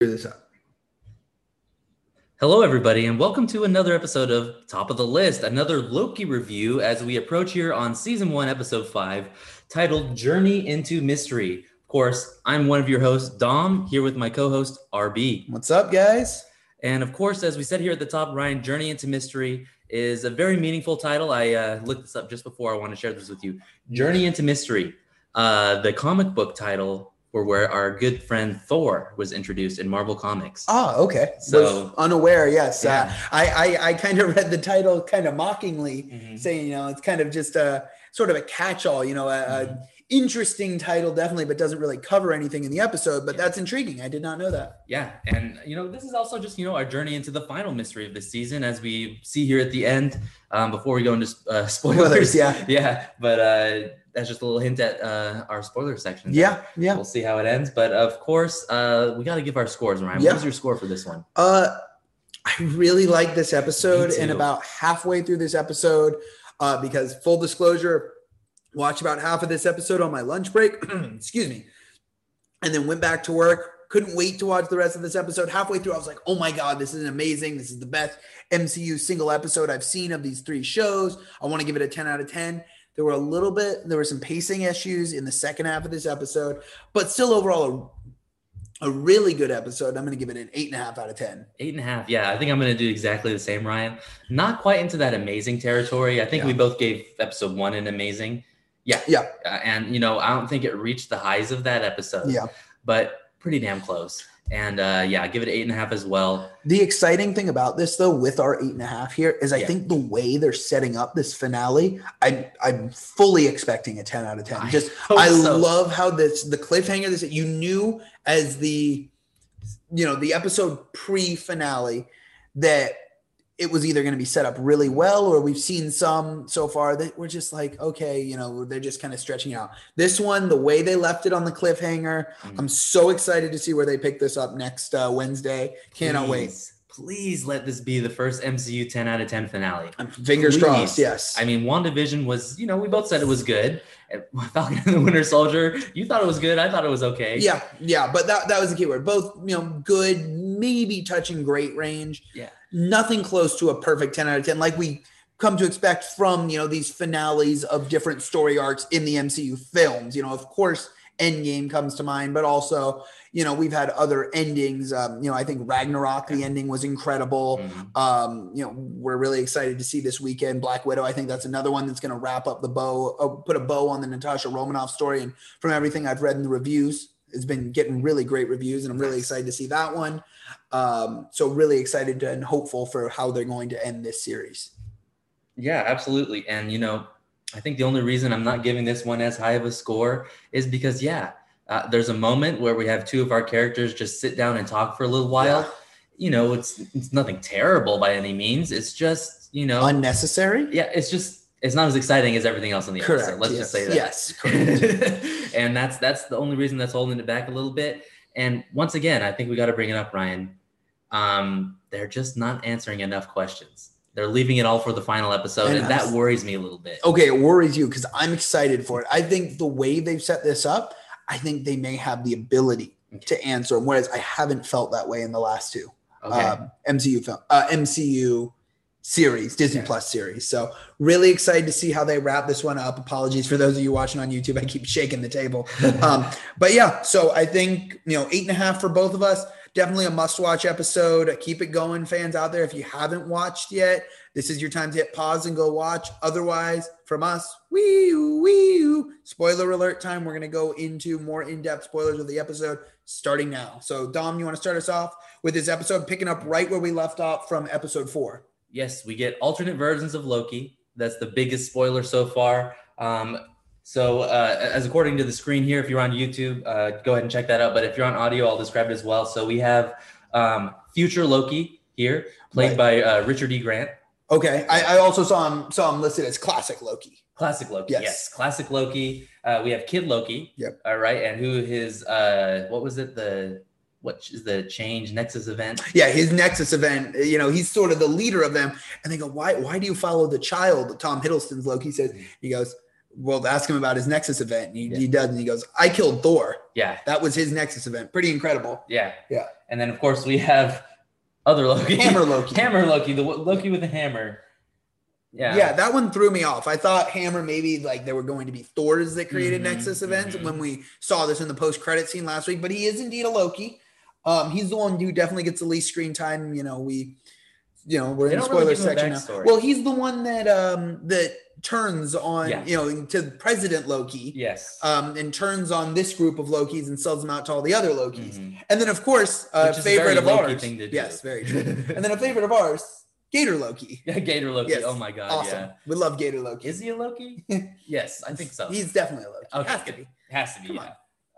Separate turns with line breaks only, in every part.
this up.
Hello, everybody, and welcome to another episode of Top of the List, another Loki review as we approach here on season one, episode five, titled Journey into Mystery. Of course, I'm one of your hosts, Dom, here with my co host, RB.
What's up, guys?
And of course, as we said here at the top, Ryan, Journey into Mystery is a very meaningful title. I uh, looked this up just before I want to share this with you. Journey into Mystery, uh, the comic book title for where our good friend Thor was introduced in Marvel Comics.
Ah, okay.
So-
Was unaware, yes.
Yeah.
Uh, I, I, I kind of read the title kind of mockingly,
Mhm.
saying, you know, it's kind of just a sort of a catch all, you know, a, a interesting title, definitely, but doesn't really cover anything in the episode. But that's intriguing. I did not know that.
yeah and you know this is also just you know our journey into the final mystery of this season as we see here at the end um, before we go into uh, spoilers
Spoilers, yeah.
yeah but uh, that's just a little hint at uh, our spoiler section
Yeah, yeah.
we'll see how it ends but of course uh, we got to give our scores ryan
Yeah.
what was your score for this one
Uh, I really like this episode,
Me
and
too.
about halfway through this episode, uh, because full disclosure, watched about half of this episode on my lunch break. excuse me, and then went back to work. Couldn't wait to watch the rest of this episode. Halfway through, I was like, "Oh my god, this is amazing! This is the best MCU single episode I've seen of these three shows. I want to give it a ten out of ten. There were a little bit, there were some pacing issues in the second half of this episode, but still overall a, a really good episode. I'm going to give it an eight and a half out of ten.
eight and a half yeah i think i'm gonna do exactly the same ryan not quite into that amazing territory i think
Yeah.
we both gave episode one an amazing yeah
Yeah.
uh, and you know i don't think it reached the highs of that episode
Yeah.
but pretty damn close. And uh, yeah, give it eight and a half as well.
The exciting thing about this, though, with our eight and a half here, is I
Yeah.
think the way they're setting up this finale, I, I'm fully expecting a 10 out of 10.
I
Just,
hope
I
so.
love how this, the cliffhanger, this, you knew as the, you know, the episode pre finale that it was either going to be set up really well or we've seen some so far that we're just like, okay, you know, they're just kind of stretching out. This one, the way they left it on the cliffhanger,
Mhm.
I'm so excited to see where they pick this up next uh, Wednesday.
Mm.
Cannot wait.
Please, Please let this be the first MCU 10 out of 10 finale.
Um, Fingers
Please.
crossed. Yes.
I mean, WandaVision was, you know, we both said it was good. And Falcon and the Winter Soldier, you thought it was good. I thought it was okay.
yeah, yeah, but that that was the key word. Both, you know, good, maybe touching great range.
Yeah.
Nothing close to a perfect 10 out of 10 like we come to expect from, you know, these finales of different story arcs in the MCU films. You know, of course, Endgame comes to mind, but also, you know, we've had other endings. Um, you know, I think Ragnarok, the ending was incredible.
Mhm.
um, you know, we're really excited to see this weekend Black Widow. I think that's another one that's going to wrap up the bow, uh, put a bow on the Natasha Romanoff story. And from everything I've read in the reviews, it's been getting really great reviews, and I'm really
Nice.
excited to see that one. Um, so really excited and hopeful for how they're going to end this series.
Yeah, absolutely. And you know, I think the only reason I'm not giving this one as high of a score is because yeah, uh, there's a moment where we have two of our characters just sit down and talk for a little while.
Yeah.
You know, it's it's nothing terrible by any means. It's just you know,
Unnecessary.
yeah, it's just it's not as exciting as everything else on the
Correct.
episode. Let's
yes.
just say that.
Yes. Correct.
and that's that's the only reason that's holding it back a little bit. And once again, I think we got to bring it up, Ryan. Um, they're just not answering enough questions. They're leaving it all for the final episode,
And
and, that
that's-
worries me a little bit.
okay, it worries you because I'm excited for it. I think the way they've set this up, I think they may have the ability to answer them. Whereas I haven't felt that way in the last two
Okay.
um, MCU film, uh, MCU series, Disney
Yeah.
Plus series. So really excited to see how they wrap this one up. Apologies for those of you watching on YouTube. I keep shaking the table. Um, but yeah, so I think you know eight and a half for both of us. Definitely a must-watch episode. Keep it going, fans out there. If you haven't watched yet, this is your time to hit pause and go watch. Otherwise, from us, wee wee spoiler alert time. We're gonna go into more in-depth spoilers of the episode starting now. So Dom, you want to start us off with this episode, picking up right where we left off from episode four.
yes, we get alternate versions of Loki. That's the biggest spoiler so far. Um, so, uh, as according to the screen here, if you're on YouTube, uh, go ahead and check that out. But if you're on audio, I'll describe it as well. So, we have um, future Loki here, played by uh, Richard E. Grant.
Okay, I, I also saw him saw him listed as classic Loki.
Classic Loki.
Yes.
Yes, classic Loki. Uh, we have Kid Loki.
Yep.
All right, and who his uh, what was it the what is the change Nexus event?
Yeah, his Nexus event. You know, he's sort of the leader of them. And they go, "Why? Why do you follow the child?" Tom Hiddleston's Loki says. He goes, we'll ask him about his Nexus event. And he, he does, and he goes, "I killed Thor."
Yeah,
That was his Nexus event. Pretty incredible.
yeah,
Yeah.
And then of course we have other Loki,
Hammer Loki.
hammer Loki, the w- Loki with a hammer. Yeah,
Yeah. that one threw me off. I thought Hammer maybe like there were going to be Thors that created
Mhm,
Nexus events
mhm.
when we saw this in the post credit scene last week, but he is indeed a Loki. Um, he's the one who definitely gets the least screen time. You know, we, you know, we're
They
in the
don't really
spoiler
give him a
section now.
backstory.
Well, he's the one that um that turns on
Yeah.
you know into President Loki,
Yes.
um, and turns on this group of Lokis and sells them out to all the other Lokis,
Mhm.
and then of course a
Which is a
favorite
very
of
Loki
ours.
thing to do.
Yes, very true. and then a favorite of ours, Gator Loki.
Yeah, Gator Loki.
Yes.
Oh my god.
Awesome.
Yeah.
We love Gator Loki.
Is he a Loki? yes, I think so.
He's definitely a Loki.
Okay,
Has to
good.
be.
Has to be.
Come
yeah.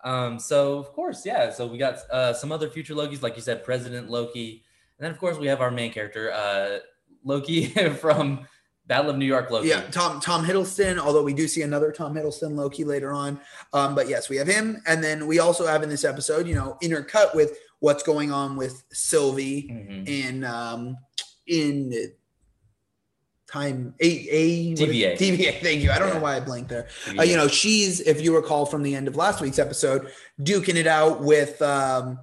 Um, so of course, yeah. So we got uh, some other future Lokis, like you said, President Loki, and then of course we have our main character, uh, Loki from Battle of New York Loki.
Yeah, Tom Tom Hiddleston. Although we do see another Tom Hiddleston Loki later on, um, but yes, we have him, and then we also have in this episode, you know, intercut with what's going on with Sylvie
Mhm.
in um, in time eight a what is
TVA.
it? TVA. Thank you. I don't
Yeah.
know why I blanked there. Uh, you know, she's if you recall from the end of last week's episode, duking it out with um,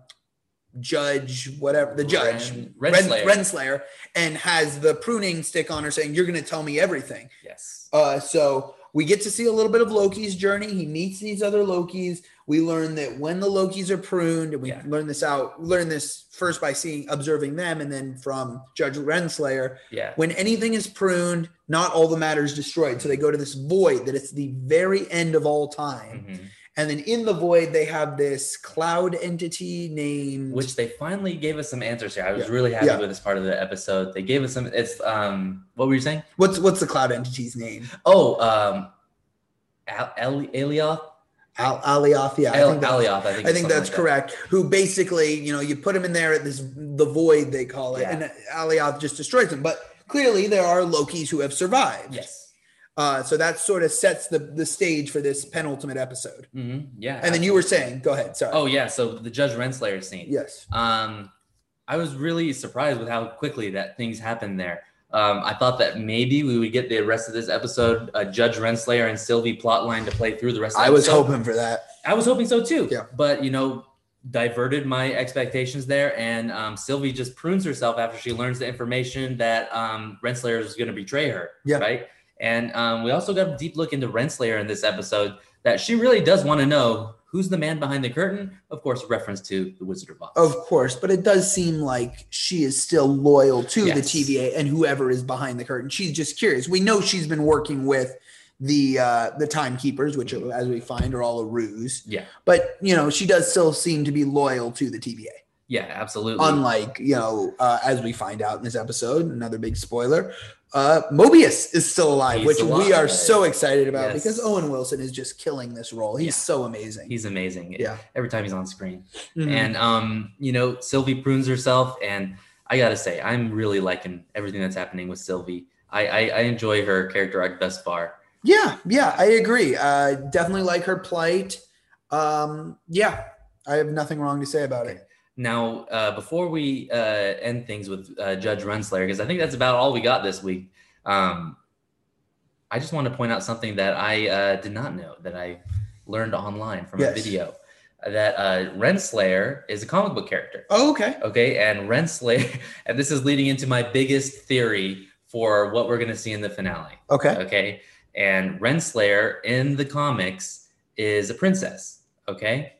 Judge whatever the judge Ren-
Ren- Renslayer.
Renslayer, and has the pruning stick on her, saying, "You're going to tell me everything."
yes.
Uh, so we get to see a little bit of Loki's journey. He meets these other Lokis. We learn that when the Lokis are pruned, and we
Yeah.
learn this out, learn this first by seeing, observing them, and then from Judge Renslayer.
Yeah.
When anything is pruned, not all the matter is destroyed. So they go to this void that it's the very end of all time.
Mhm.
And then in the void, they have this cloud entity named
Which they finally gave us some answers here. I was
Yeah.
really happy
Yeah.
with this part of the episode. They gave us some. It's um. What were you saying?
what's what's the cloud entity's name?
Oh, um, Al- Eli- Elioth.
Al Alioth. Yeah, I
El-
think that's-
Alioth, I think.
I think
something
that's
like that.
correct. Who basically, you know, you put him in there at this the void they call it,
Yeah.
and Alioth just destroys him. But clearly, there are Lokis who have survived.
Yes.
Uh, so that sort of sets the the stage for this penultimate episode.
hmm Yeah.
And then you were saying, go ahead. Sorry.
Oh yeah. So the Judge Renslayer scene.
yes.
Um, I was really surprised with how quickly that things happened there. Um, I thought that maybe we would get the rest of this episode, uh, Judge Renslayer and Sylvie plotline to play through the rest. of the
I was
episode.
hoping for that.
I was hoping so too.
Yeah.
But you know, diverted my expectations there, and um, Sylvie just prunes herself after she learns the information that um, Renslayer is going to betray her.
Yeah.
Right. And um, we also got a deep look into Renslayer in this episode that she really does want to know who's the man behind the curtain. Of course, reference to the Wizard of Oz.
Of course, but it does seem like she is still loyal to
Yes.
the TVA and whoever is behind the curtain. She's just curious. We know she's been working with the uh, the timekeepers, which, as we find, are all a ruse.
Mm-hmm. Yeah.
but you know, she does still seem to be loyal to the TVA.
Yeah, absolutely.
Unlike you know, uh, as we find out in this episode, another big spoiler. Uh, Mobius is still alive,
He's
which we are
alive.
so excited about
Yes.
because Owen Wilson is just killing this role. He's
Yeah.
so amazing.
He's amazing.
Yeah.
Every time he's on screen.
Mhm.
And um, you know, Sylvie prunes herself and I gotta say, I'm really liking everything that's happening with Sylvie. I, I, I enjoy her character arc thus far.
Yeah, yeah, I agree. Uh, definitely like her plight. Um, yeah, I have nothing wrong to say about it.
Now, uh, before we uh, end things with uh, Judge Renslayer, because I think that's about all we got this week. Um, I just want to point out something that I uh, did not know that I learned online from a
Yes.
video that uh, Renslayer is a comic book character.
Oh, okay.
Okay, and Renslayer, and this is leading into my biggest theory for what we're going to see in the finale.
Okay.
Okay, and Renslayer in the comics is a princess. Okay,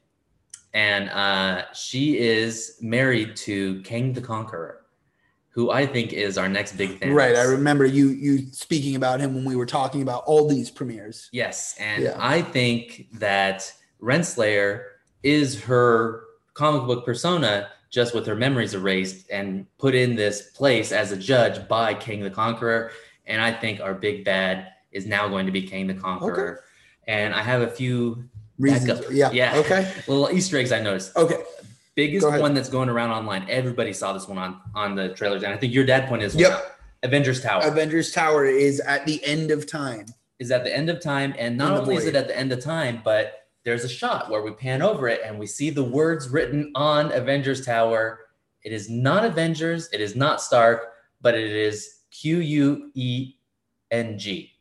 and uh, she is married to King the Conqueror, who I think is our next big thing.
Right. I remember you you speaking about him when we were talking about all these premieres.
Yes, and
Yeah.
I think that Renslayer is her comic book persona, just with her memories erased and put in this place as a judge by King the Conqueror. And I think our big bad is now going to be King the Conqueror. And I have a few
Reasons.
up.
Yeah.
Yeah.
Okay.
little Easter eggs I noticed.
Okay.
Biggest
Go ahead.
one that's going around online. Everybody saw this one on on the trailers, and I think your dad pointed this one
Yep.
out. Avengers Tower
Avengers Tower is at the end of time.
is at the end of time, and
In
not
the
only is
void.
it at the end of time, but there's a shot where we pan over it and we see the words written on Avengers Tower. It is not Avengers, it is not Stark, but it is Q U E N G.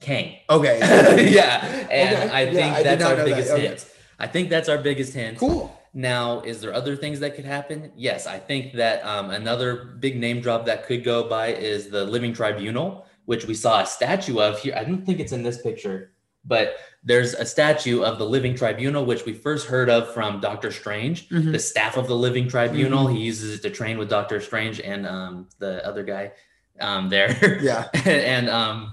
Kang.
Okay.
yeah, and
Okay.
I
Yeah,
think
I did
that's
not
our
know that.
biggest
Okay.
hint. I think that's our biggest hint.
Cool.
Now, is there other things that could happen? Yes, I think that um, another big name drop that could go by is the Living Tribunal, which we saw a statue of here. I don't think it's in this picture, but there's a statue of the Living Tribunal, which we first heard of from Doctor Strange,
Mhm.
the staff of the Living Tribunal. He uses it to train with Doctor Strange and um, the other guy um, there.
Yeah.
and um,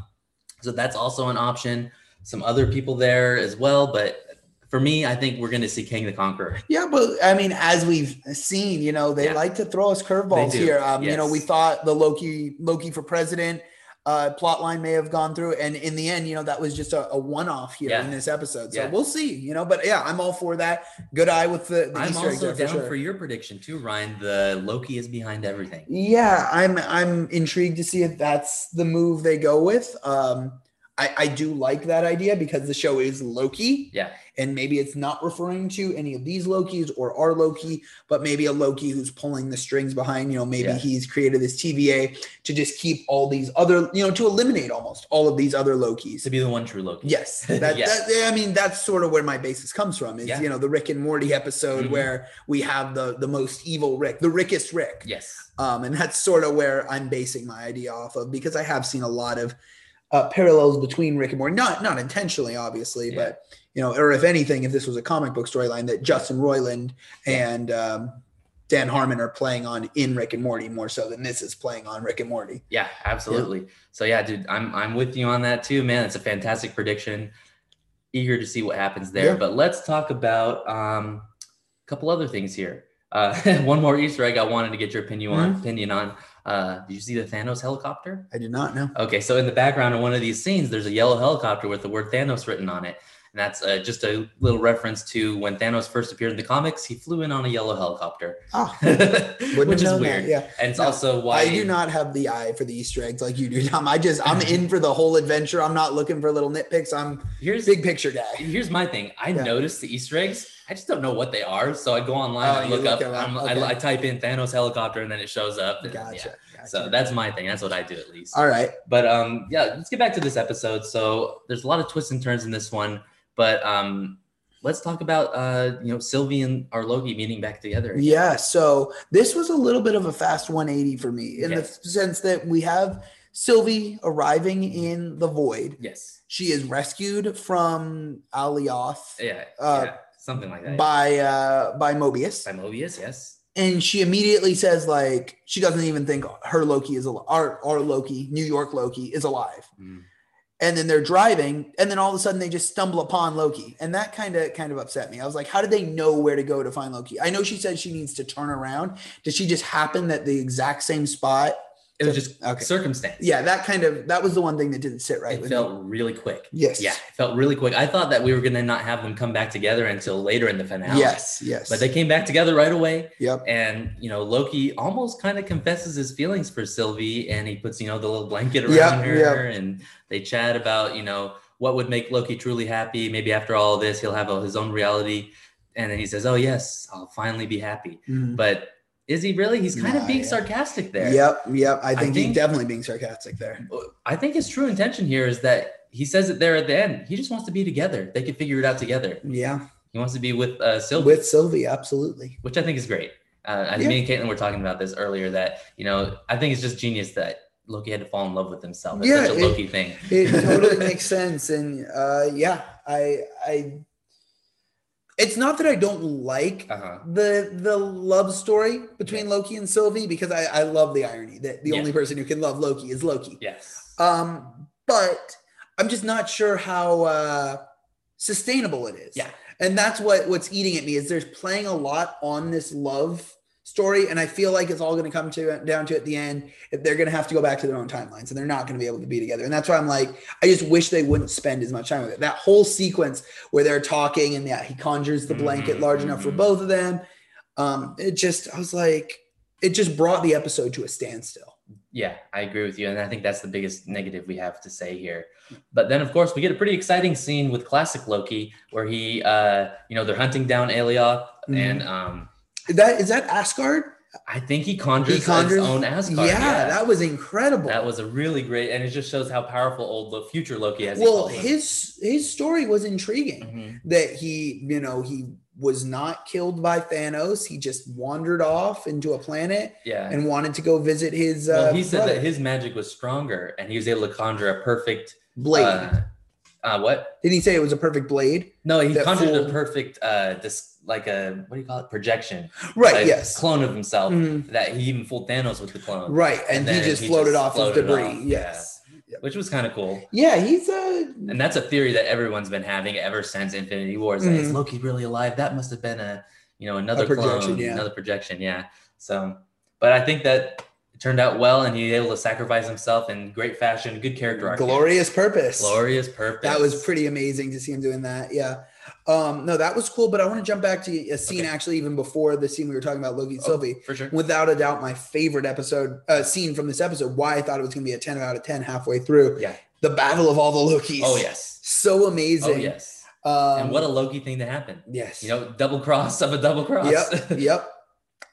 so that's also an option. Some other people there as well, but for me, I think we're going to see King the Conqueror.
Yeah, but I mean, as we've seen, you know, they
Yeah.
like to throw us curveballs
They do,
here. Um, You know,
yes.
we thought the Loki Loki for president uh, plot line may have gone through, and in the end, you know, that was just a, a one off here
Yeah.
in this episode. So
Yeah.
we'll see. You know, but yeah, I'm all for that. Good eye with the, the
I'm
Easter eggs
also
there for
down
sure.
for your prediction too, Ryan. The Loki is behind
Mm.
everything.
Yeah, I'm I'm intrigued to see if that's the move they go with. Um, I, I do like that idea because the show is Loki.
Yeah.
And maybe it's not referring to any of these Lokis or our Loki, but maybe a Loki who's pulling the strings behind, you know, maybe
Yeah.
he's created this TVA to just keep all these other, you know, to eliminate almost all of these other Lokis.
To be the one true Loki.
Yes, that,
Yes.
that- I mean that's sort of where my basis comes from. Is
Yeah.
you know the Rick and Morty episode
Mhm.
where we have the the most evil Rick, the Rickest Rick,
Yes.
um, and that's sort of where I'm basing my idea off of because I have seen a lot of uh, parallels between Rick and Morty, not not intentionally, obviously,
Yeah.
but you know, or if anything, if this was a comic book storyline that Justin Roiland and um, Dan Harmon are playing on in Rick and Morty more so than this is playing on Rick and Morty.
Yeah, absolutely. So yeah, dude, I'm I'm with you on that too, man. It's a fantastic prediction. Eager to see what happens there.
Yeah.
But let's talk about um, a couple other things here. Uh, one more Easter egg I wanted to get your opinion on.
Mm-hmm.
Opinion on. Uh, did you see the Thanos helicopter?
I did not know.
Okay, so in the background of one of these scenes, there's a yellow helicopter with the word Thanos written on it. And that's uh, just a little reference to when Thanos first appeared in the comics, he flew in on a yellow helicopter,
Ah, wouldn't
which
have
is
known that,
weird.
Yeah.
And it's
No,
also why
I do not have the eye for the Easter eggs like you do, Tom. I just I'm in for the whole adventure. I'm not looking for little nitpicks. I'm
Here's,
big picture guy.
here's my thing I
Yeah.
noticed the Easter eggs, I just don't know what they are. So I go online,
Oh,
I
you
look
look
up,
them up,
I'm,
okay.
I, I type in Thanos helicopter, and then it shows up. and- yeah.
Gotcha. gotcha.
So that's my thing. That's what I do at least.
all right.
But um, yeah, let's get back to this episode. So there's a lot of twists and turns in this one, but um, let's talk about uh, you know Sylvie and our Loki meeting back together. again.
Yeah. So this was a little bit of a fast 180 for me in the
Yes.
sense that we have Sylvie arriving in the void.
Yes.
She is rescued from Alioth
Yeah.
Uh,
yeah. Something like that.
by uh, by Mobius,
By Mobius. Yes.
and she immediately says like she doesn't even think her Loki is alive. Our our Loki, New York Loki, is alive.
Mm.
and then they're driving and then all of a sudden they just stumble upon loki and that kind of kind of upset me i was like how did they know where to go to find loki i know she said she needs to turn around did she just happen at the exact same spot
It was just
okay
circumstance.
yeah that kind of that was the one thing that didn't sit right
It
with me
felt really quick.
yes
Yeah, it felt really quick. I thought that we were gonna not have them come back together until later in the finale.
yes yes
But they came back together right away.
yep
and you know Loki almost kind of confesses his feelings for Sylvie, and he puts you know the little blanket around
Yeah,
her, and they chat about you know what would make Loki truly happy. Maybe after all this, he'll have a, his own reality, and then he says, "Oh yes, I'll finally be happy."
Mhm.
But is he really? He's kind
Nah,
of being
yeah.
sarcastic there.
yep yep i
I
think he's
think-
definitely being sarcastic there
I think his true intention here is that he says it there at the end. He just wants to be together. They can figure it out together.
yeah
He wants to be with uh, Sylvie.
with sylvie absolutely
which I think is great. Uh, I
Yeah.
Me and Caitlin were talking about this earlier that, you know, I think it's just genius that Loki had to fall in love with himself. It's
Yeah,
such a
it-
Loki thing.
it totally makes sense and uh yeah i i it's not that i don't like
Uh-huh.
the the love story between Loki and Sylvie because I, I love the irony that the
Yeah.
only person who can love Loki is Loki.
Yes.
Um, but I'm just not sure how uh, sustainable it is.
Yeah.
and that's what what's eating at me is there's playing a lot on this love story, and I feel like it's all going to come to down to at the end if they're going to have to go back to their own timelines and they're not going to be able to be together. And that's why I'm like, I just wish they wouldn't spend as much time with it. That whole sequence where they're talking and yeah, he conjures the blanket
Mhm,
large enough for
mhm.
both of them. Um, it just, I was like, it just brought the episode to a standstill.
Yeah, I agree with you. And I think that's the biggest negative we have to say here. But then, of course, we get a pretty exciting scene with classic Loki where he, uh, you know, they're hunting down Alioth
Mhm.
and um,
Is that is that Asgard?
I think he conjures,
He conjures-
his own
Yeah,
Asgard. Oh, Yeah,
that was incredible.
that was a really great, and it just shows how powerful old the future Loki as he
well,
calls him.
his his story was intriguing.
Mhm.
that he, you know, he was not killed by Thanos. He just wandered off into a planet
yeah.
and wanted to go visit his.
well,
uh,
he said
brother,
that his magic was stronger, and he was able to conjure a perfect
blade.
Uh, uh, what?
Didn't he say it was a perfect blade?
No, he
That
conjured
full-
a perfect, uh, dis- like a what do you call it? Projection,
Right.
Like,
yes.
clone of himself
Mhm.
that he even fooled Thanos with the clone,
Right, and, he
then
just floated off
floated
of debris.
off, yeah.
Yes.
which was kind of cool.
Yeah, he's a.
And that's a theory that everyone's been having ever since Infinity War. Is that is
Mhm.
Loki really alive? That must have been a you know another
A projection,
clone,
yeah.
another projection. Yeah. So, but I think that it turned out well, and he was able to sacrifice himself in great fashion. Good character arc. here.
glorious purpose.
glorious purpose.
That was pretty amazing to see him doing that. Yeah. Um, no, that was cool. But I want to jump back to a scene
Okay.
actually, even before the scene we were talking about Loki and
Oh,
Sylvie.
for sure.
without a doubt my favorite episode uh, scene from this episode why i thought it was going to be a 10 out of 10 halfway through
Yeah.
the battle of all the lokis
Oh yes.
so amazing
Oh yes.
um,
and what a Loki thing to happen.
yes
You know, double cross of a double cross.
yep yep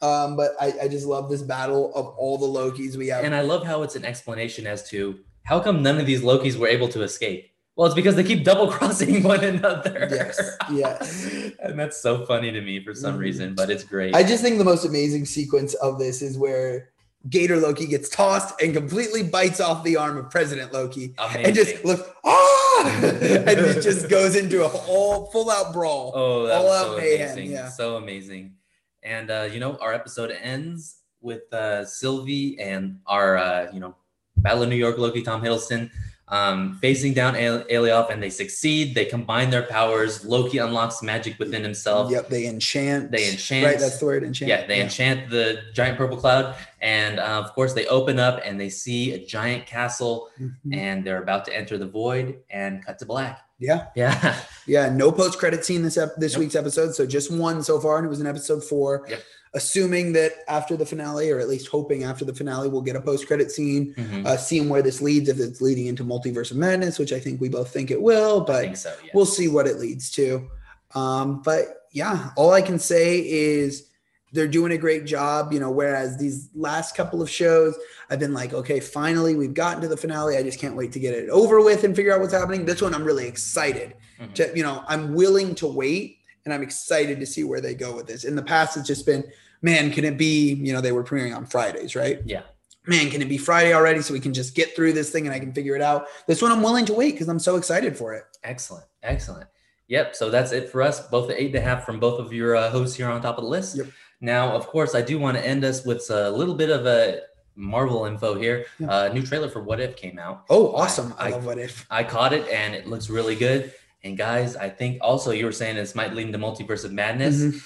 um, but I, I just love this battle of all the lokis we have
and I love how it's an explanation as to how come none of these Lokis were able to escape. Well, it's because they keep double crossing one another.
yes yes
and that's so funny to me for some
Mhm.
reason, but it's great.
i just think the most amazing sequence of this is where gator loki gets tossed and completely bites off the arm of president loki
Amazing.
and just looks ah and it just goes into a whole full out brawl
oh, that
all
was
out
so
mayhem,
amazing,
yeah.
so amazing. And uh, you know, our episode ends with uh, Sylvie and our uh, you know Battle of New York Loki Tom Hiddleston um, facing down A- Alioth, and they succeed. They combine their powers. Loki unlocks magic within himself.
Yep, they enchant.
They enchant.
Right, that's the word enchant.
Yeah, they enchant the giant purple cloud, and uh, of course they open up and they see a giant castle,
Mhm.
and they're about to enter the void. And cut to black.
Yeah.
Yeah.
Yeah, no post credit scene this ep- this
Nope.
week's episode, so just one so far, and it was in episode four.
Yep.
Assuming that after the finale, or at least hoping after the finale, we'll get a post credit scene,
Mhm.
uh, seeing where this leads, if it's leading into multiverse of madness, which I think we both think it will,
I
but
think so. Yeah.
we'll see what it leads to. Um, but yeah, all I can say is they're doing a great job. You know, whereas these last couple of shows, I've been like, okay, finally we've gotten to the finale. I just can't wait to get it over with and figure out what's happening. This one, I'm really excited
Mhm.
to, you know, I'm willing to wait and I'm excited to see where they go with this. In the past, it's just been, man, can it be, you know, they were premiering on Fridays, right?
Yeah.
Man, can it be Friday already so we can just get through this thing and I can figure it out? This one, I'm willing to wait because I'm so excited for it.
Excellent. Excellent. Yep. So that's it for us. Both the eight and a half from both of your uh, hosts here on top of the list.
Yep.
Now, of course, I do want to end us with a little bit of a Marvel info here.
Yeah.
Uh, new trailer for What If came out.
Oh, awesome.
I-
I, love what if.
I caught it and it looks really good. And guys, I think also you were saying this might lead into Multiverse of Madness.
Mhm.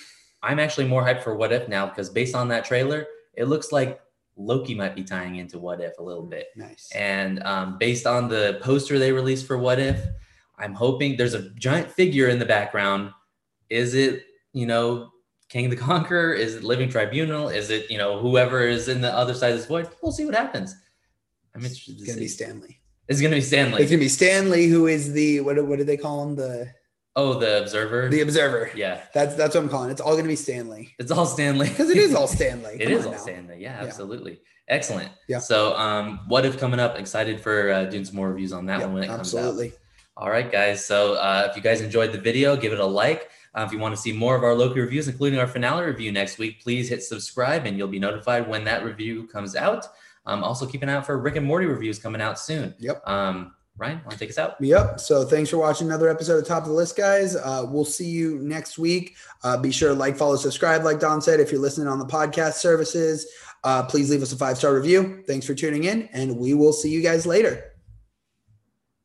I'm actually more hyped for What If now because based on that trailer, it looks like Loki might be tying into What If a little bit.
Nice.
And um, based on the poster they released for What If, I'm hoping there's a giant figure in the background. Is it, you know, King the Conqueror? Is it Living Tribunal? Is it, you know, whoever is in the other side of this void? We'll see what happens. I'm interested
It's
to
gonna be
see.
Stanley.
it's going to be Stanley.
it's gonna be Stanley, who is the what? What do they call him? The
oh, the Observer.
the Observer.
yeah.
That's that's what I'm calling. it. It's all gonna be Stanley
It's all Stanley.
because it is all Stanley.
It
Come
is
on
all
now.
Stanley. Yeah,
Yeah.
absolutely. Excellent.
Yeah.
So, um, what if coming up? Excited for uh, doing some more reviews on that
Yep,
one when it comes out.
absolutely.
All right, guys. So uh, if you guys enjoyed the video, give it a like. Uh, if you want to see more of our Loki reviews, including our finale review next week, please hit subscribe and you'll be notified when that review comes out. Um, also, keep an eye out for Rick and Morty reviews coming out soon.
Yep.
Um, Ryan, want to take us out?
Yep. So thanks for watching another episode of Top of the List, guys. Uh, we'll see you next week. Uh, be sure to like, follow, subscribe. Like Don said, if you're listening on the podcast services, uh, please leave us a five star review. Thanks for tuning in, and we will see you guys later.